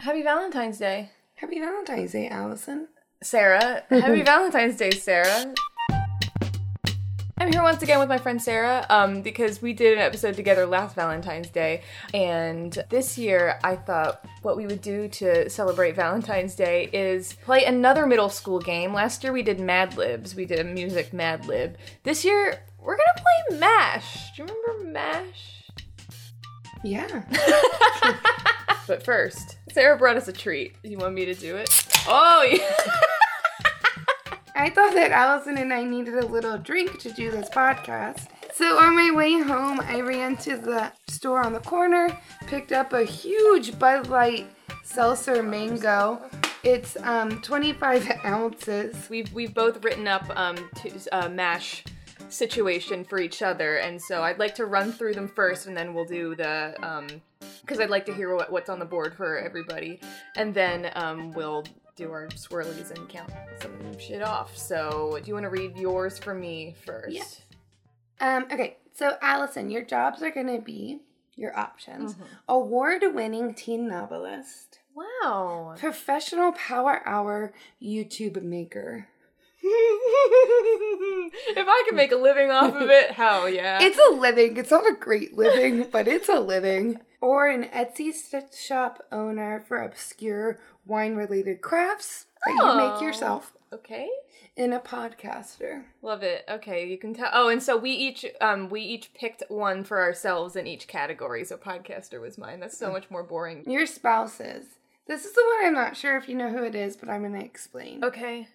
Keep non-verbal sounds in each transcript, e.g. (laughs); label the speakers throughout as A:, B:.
A: Happy Valentine's Day.
B: Happy Valentine's Day, Allison.
A: Sarah. Happy Valentine's Day, Sarah. I'm here once again with my friend Sarah um, because we did an episode together last Valentine's Day. And this year, I thought what we would do to celebrate Valentine's Day is play another middle school game. Last year, we did Mad Libs, we did a music Mad Lib. This year, we're gonna play MASH. Do you remember MASH?
B: Yeah.
A: But first, Sarah brought us a treat. You want me to do it? Oh, yeah.
B: I thought that Allison and I needed a little drink to do this podcast. So on my way home, I ran to the store on the corner, picked up a huge Bud Light seltzer mango. It's um 25 (laughs) ounces.
A: We've we've both written up um to, uh, mash situation for each other, and so I'd like to run through them first, and then we'll do the um because I'd like to hear what, what's on the board for everybody, and then um we'll do our swirlies and count some shit off. So do you want to read yours for me first?
B: Yeah. Um, okay, so Allison, your jobs are gonna be your options: award-winning teen novelist,
A: Wow. (laughs)
B: professional power hour YouTube maker.
A: if I can make a living off of it, hell yeah.
B: It's a living. It's not a great
A: (laughs)
B: living, but it's a living. Or an Etsy st- shop owner for obscure wine-related crafts that you
A: Oh.
B: make yourself,
A: okay.
B: and a podcaster.
A: Love it. Okay, you can tell. Oh, and so we each um we each picked one for ourselves in each category. So podcaster was mine. That's
B: Mm.
A: so much more boring.
B: Your spouses. This is the one I'm not sure if you know who it is, but I'm gonna explain.
A: Okay.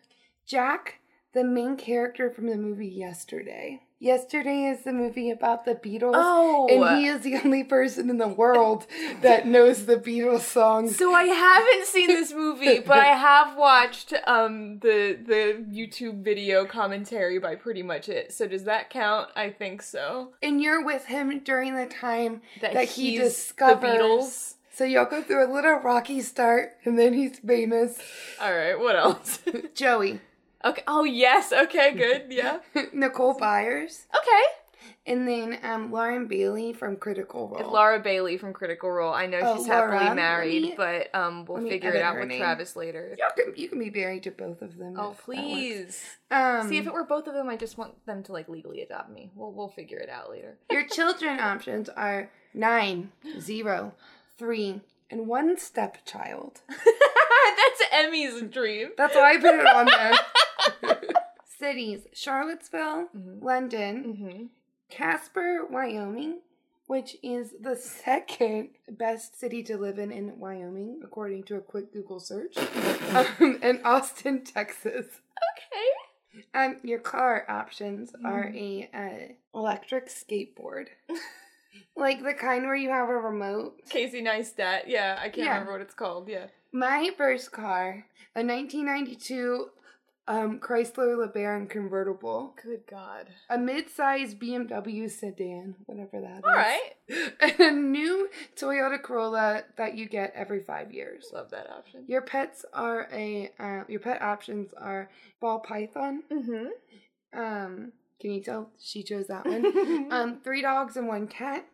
B: Jack, the main character from the movie Yesterday. Yesterday is the movie about the Beatles.
A: Oh.
B: And he is the only person in the world that knows the Beatles songs.
A: So I haven't seen
B: (laughs)
A: this movie, but I have watched um the the YouTube video commentary by pretty much it. So does that count? I think so.
B: And you're with him during the time that, he
A: he's
B: discovers.
A: the Beatles.
B: So y'all go through a little rocky start, and then he's famous.
A: All right. What else?
B: (laughs) Joey,
A: okay. Oh yes. Okay. Good.
B: (laughs)
A: Yeah.
B: Nicole Byers,
A: Okay.
B: and then um, Lauren Bailey from Critical Role.
A: Laura Bailey from Critical Role. I know
B: Oh,
A: she's
B: Laura.
A: happily
B: Let
A: married,
B: me-
A: but um, we'll
B: let me
A: figure it
B: edit
A: out
B: her
A: with
B: name.
A: Travis later.
B: Y'all can, you can be married to both of them.
A: Oh
B: if that works.
A: please!
B: Um,
A: See if it were both of them, I just want them to like legally adopt me. We'll we'll figure it out later.
B: Your children options are nine, zero, three, and one stepchild.
A: (laughs) That's Emmy's dream.
B: That's why I put it on
A: (laughs)
B: there. Cities Charlottesville,
A: Mhm.
B: London,
A: Mm-hmm.
B: Casper, Wyoming, which is the second best city to live in in Wyoming, according to a quick
A: (laughs)
B: Google search, um, and Austin, Texas.
A: Okay.
B: Um, your car options are
A: Mm.
B: a uh, electric skateboard, (laughs) like the kind where you have a remote.
A: Casey Neistat. Yeah, I can't
B: Yeah.
A: remember what it's called. Yeah.
B: My first car, a 1992 um, Chrysler LeBaron convertible,
A: Good God.
B: a mid-size BMW sedan, whatever that is.
A: All right.
B: (laughs) And a new Toyota Corolla that you get every five years.
A: Love that option.
B: Your pets are a uh, your pet options are ball python.
A: Mm-hmm.
B: Um, can you tell she chose that one? um, three dogs and one cat,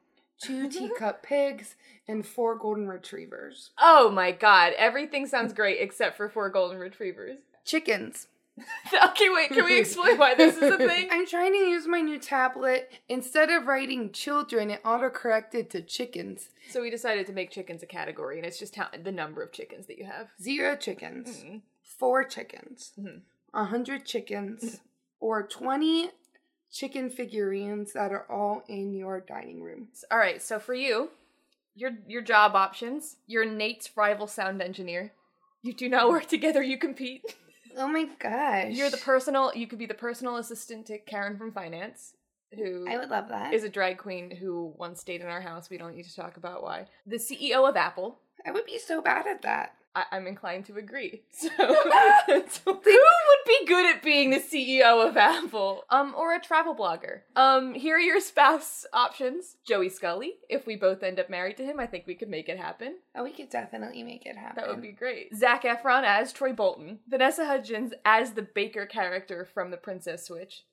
B: two teacup pigs, and four golden retrievers.
A: oh my God! Everything sounds great except for four golden retrievers.
B: Chickens.
A: (laughs) okay, wait. Can we explain why this (laughs) is a thing?
B: (laughs) I'm trying to use my new tablet. Instead of writing children, it autocorrected to chickens.
A: So we decided to make chickens a category, and it's just how, the number of chickens that you have.
B: Zero chickens,
A: Mhm.
B: four chickens, a
A: Mhm.
B: hundred
A: Mm-hmm.
B: chickens, or twenty chicken figurines that are all in your dining room.
A: So- All right, so for you, your your job options. You're Nate's rival sound engineer. You do not (laughs) work together. You compete.
B: Oh my gosh!
A: You're the personal. You could be the personal assistant to Karen from finance, who
B: I would love that.
A: is a drag queen who once stayed in our house. We don't need to talk about why. The CEO of Apple.
B: I would be so bad at that.
A: I, I'm inclined to agree. (laughs) So, so who would be good at being the CEO of Apple? Um, or a travel blogger? Um, here are your spouse options: Joey Scully. If we both end up married to him, I think we could make it happen.
B: Oh, we could definitely make it happen.
A: That would be great. Zach Efron as Troy Bolton. Vanessa Hudgens as the Baker character from The Princess Switch.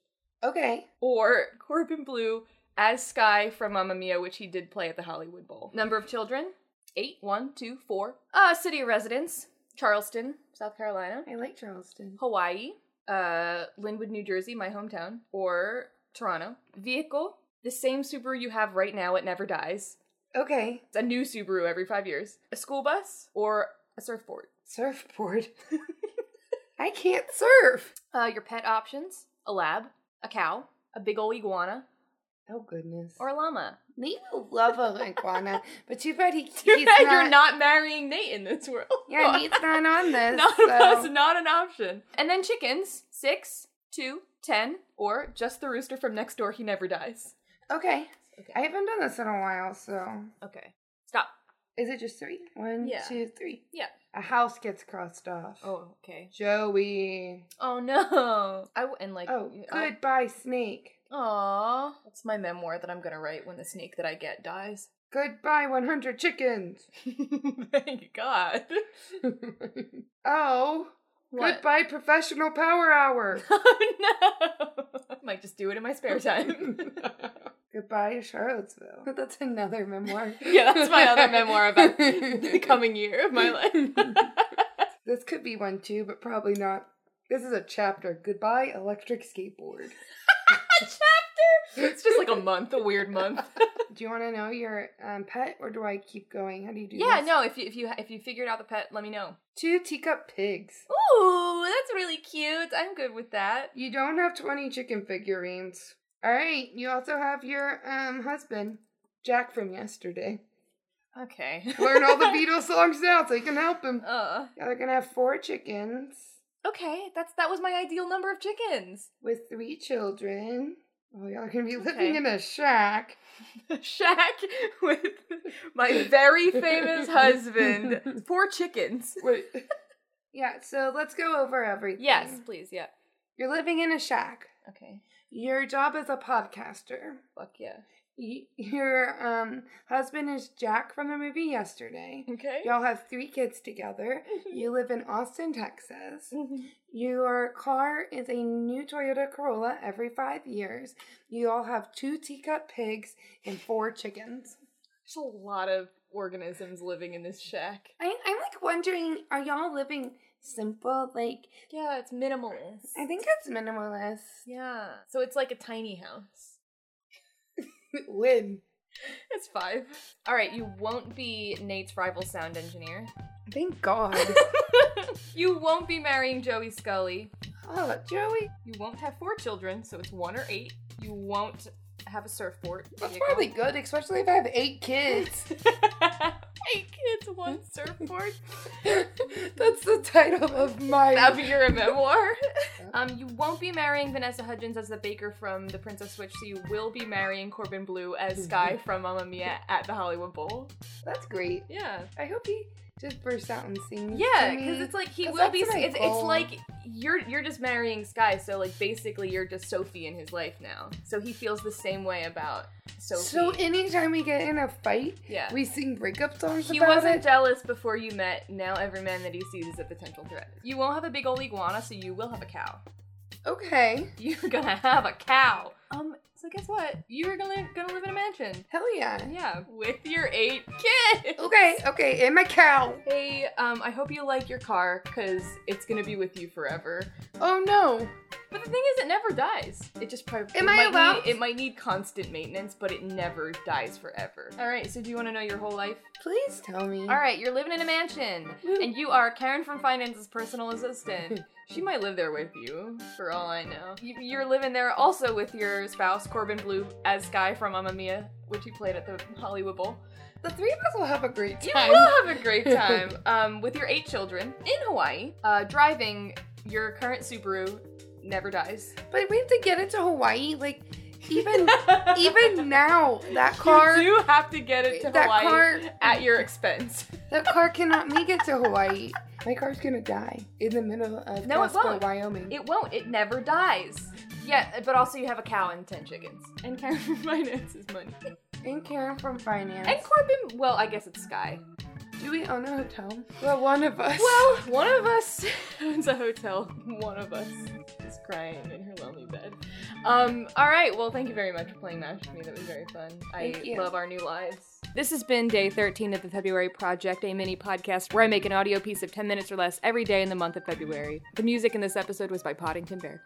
B: okay.
A: Or Corbin Blue as Sky from Mamma Mia, which he did play at the Hollywood Bowl. Number of children? 8124. Uh, city of residence Charleston, South Carolina,
B: I like Charleston.
A: Hawaii, uh, Linwood, New Jersey, my hometown, or Toronto. Vehicle the same Subaru you have right now, it never dies.
B: Okay.
A: It's a new Subaru every five years. A school bus or a surfboard.
B: Surfboard. (laughs) I can't surf.
A: Uh, your pet options a lab, a cow, a big ol' iguana,
B: Oh goodness.
A: or a llama.
B: Nate will love a iguana, but too bad he, he's
A: (laughs)
B: not.
A: You're not marrying Nate in this (laughs) world.
B: Yeah, Nate's
A: (laughs)
B: not on this.
A: not,
B: so.
A: that's not an option. And then chickens six, two, ten, or just the rooster from next door. He never dies.
B: Okay.
A: Okay.
B: I haven't done this in a while, so.
A: okay. Stop.
B: Is it just three? One,
A: Yeah.
B: two, three.
A: Yeah.
B: A house gets crossed off.
A: Oh, okay.
B: Joey.
A: Oh no. I w- and like.
B: Oh,
A: you- I-
B: goodbye, snake.
A: Aw. That's my memoir that I'm gonna write when the snake that I get dies. (laughs)
B: Goodbye, 100 chickens.
A: Thank God.
B: Oh, goodbye, professional power hour.
A: (laughs) Oh no. (laughs) Might just do it in my spare time.
B: goodbye, Charlottesville. That's another (laughs) memoir.
A: (laughs) yeah, that's my other memoir about (laughs) the coming year of my (laughs) life.
B: This could be one too, but probably not. This is a chapter. Goodbye, electric skateboard.
A: chapter. It's just like a month, a weird month.
B: Do you want to know your um, pet, or do I keep going? How do you do
A: (laughs) yeah,
B: this?
A: no. If you if you if you figured out the pet, let me know.
B: Two teacup pigs.
A: Ooh, that's really cute. I'm good with that.
B: You don't have 20 chicken figurines. All right, you also have your um husband, Jack from yesterday.
A: Okay. (laughs)
B: Learn all the Beatles songs now so you can help him.
A: Uh,
B: Yeah, they're gonna have four chickens
A: okay, that's that was my ideal number of (laughs) chickens.
B: with three children. Oh, y'all are gonna be living
A: Okay.
B: in a shack.
A: Shack with my very (laughs) famous husband. Four chickens. (laughs)
B: Wait. yeah, so let's go over everything.
A: Yes, please. Yeah.
B: You're living in a shack.
A: Okay.
B: Your job is a podcaster.
A: Fuck yeah.
B: Y- Your um husband is Jack from the movie Yesterday.
A: Okay. (laughs)
B: Y'all have three kids together. You live in Austin, Texas. Your car is a new Toyota Corolla every five years. You all have two teacup pigs and four chickens.
A: There's a lot of organisms living in this shack.
B: I, I'm like wondering, are y'all living simple? Like,
A: Yeah, it's minimalist.
B: I think it's minimalist.
A: Yeah. So it's like a tiny house.
B: Win.
A: It's five. All right, you won't be Nate's rival sound (laughs) engineer.
B: Thank
A: (laughs)
B: God.
A: you won't be marrying Joey Scully.
B: oh, Joey.
A: You won't have four children, so it's one or eight. You won't have a surfboard.
B: That's
A: vehicle.
B: probably good, especially if I have eight kids. (laughs)
A: (laughs) eight kids, one surfboard. (laughs)
B: That's the title of
A: That'll
B: my.
A: be your
B: (laughs)
A: memoir. um, you won't be marrying Vanessa Hudgens as the baker from The Princess Switch, so you will be marrying Corbin Blue
B: Mm-hmm.
A: as Sky from Mamma Mia at the Hollywood Bowl.
B: That's great.
A: Yeah.
B: I hope he just bursts out and sings.
A: Yeah,
B: to me.
A: because it's like he
B: 'Cause
A: will be.
B: that's my
A: It's, it's
B: goal.
A: like you're you're just marrying Sky, so like basically you're just Sophie in his life now. So he feels the same way about Sophie.
B: So anytime we get in a fight,
A: yeah,
B: we sing breakup songs
A: he
B: about
A: wasn't
B: it.
A: jealous before you met. Now every man that he sees is a potential threat. You won't have a big old iguana, so you will have a cow. (laughs)
B: Okay.
A: You're gonna have a cow. Um. So guess what? You're gonna gonna live in a mansion.
B: Hell yeah.
A: Yeah, with your eight kids.
B: Okay, okay, and my cow.
A: Hey, um, I hope you like your car, cause it's gonna be with you forever.
B: Oh no.
A: But the thing is, it never dies. It just probably
B: Am
A: it
B: I
A: might
B: allowed-
A: Need, it might need constant maintenance, but it never dies forever. All right. So do you want to know your whole life?
B: Please tell me.
A: All right. You're living in a mansion,
B: Woo.
A: and you are Karen from Finance's personal
B: (laughs)
A: assistant. She might live there with you, for all I know. You- You're living there also with your spouse Corbin Blue as Sky from Mamma Mia, which he played at the Hollywood Bowl.
B: The three of us will have a great
A: You
B: time.
A: will have a
B: (laughs)
A: great time um, with your eight children in Hawaii, uh, driving your current Subaru. Never dies.
B: But we have to get it to
A: (laughs)
B: Hawaii. Like even even now, that car
A: You do have to get it to
B: that
A: Hawaii
B: car
A: at your expense.
B: that car cannot make it to Hawaii. My car's gonna die in the middle of
A: No, it
B: Casper,
A: won't.
B: Wyoming.
A: It won't. It never dies. Yeah, but also you have a cow and ten chickens, and Karen (laughs) finances money,
B: and Karen from finance.
A: and Corbin. Well, I guess it's Sky.
B: Do we own a hotel? Well, one of
A: (laughs)
B: us.
A: Well, one (laughs) of us owns a hotel. One of us is crying in her lonely bed. Um, all right. Well, thank you very much for playing Mash with me. That was very fun. I
B: Thank you.
A: love our new lives. This has been day 13 of the February Project, a mini podcast where I make an audio piece of 10 minutes or less every day in the month of February. The music in this episode was by Poddington Bear.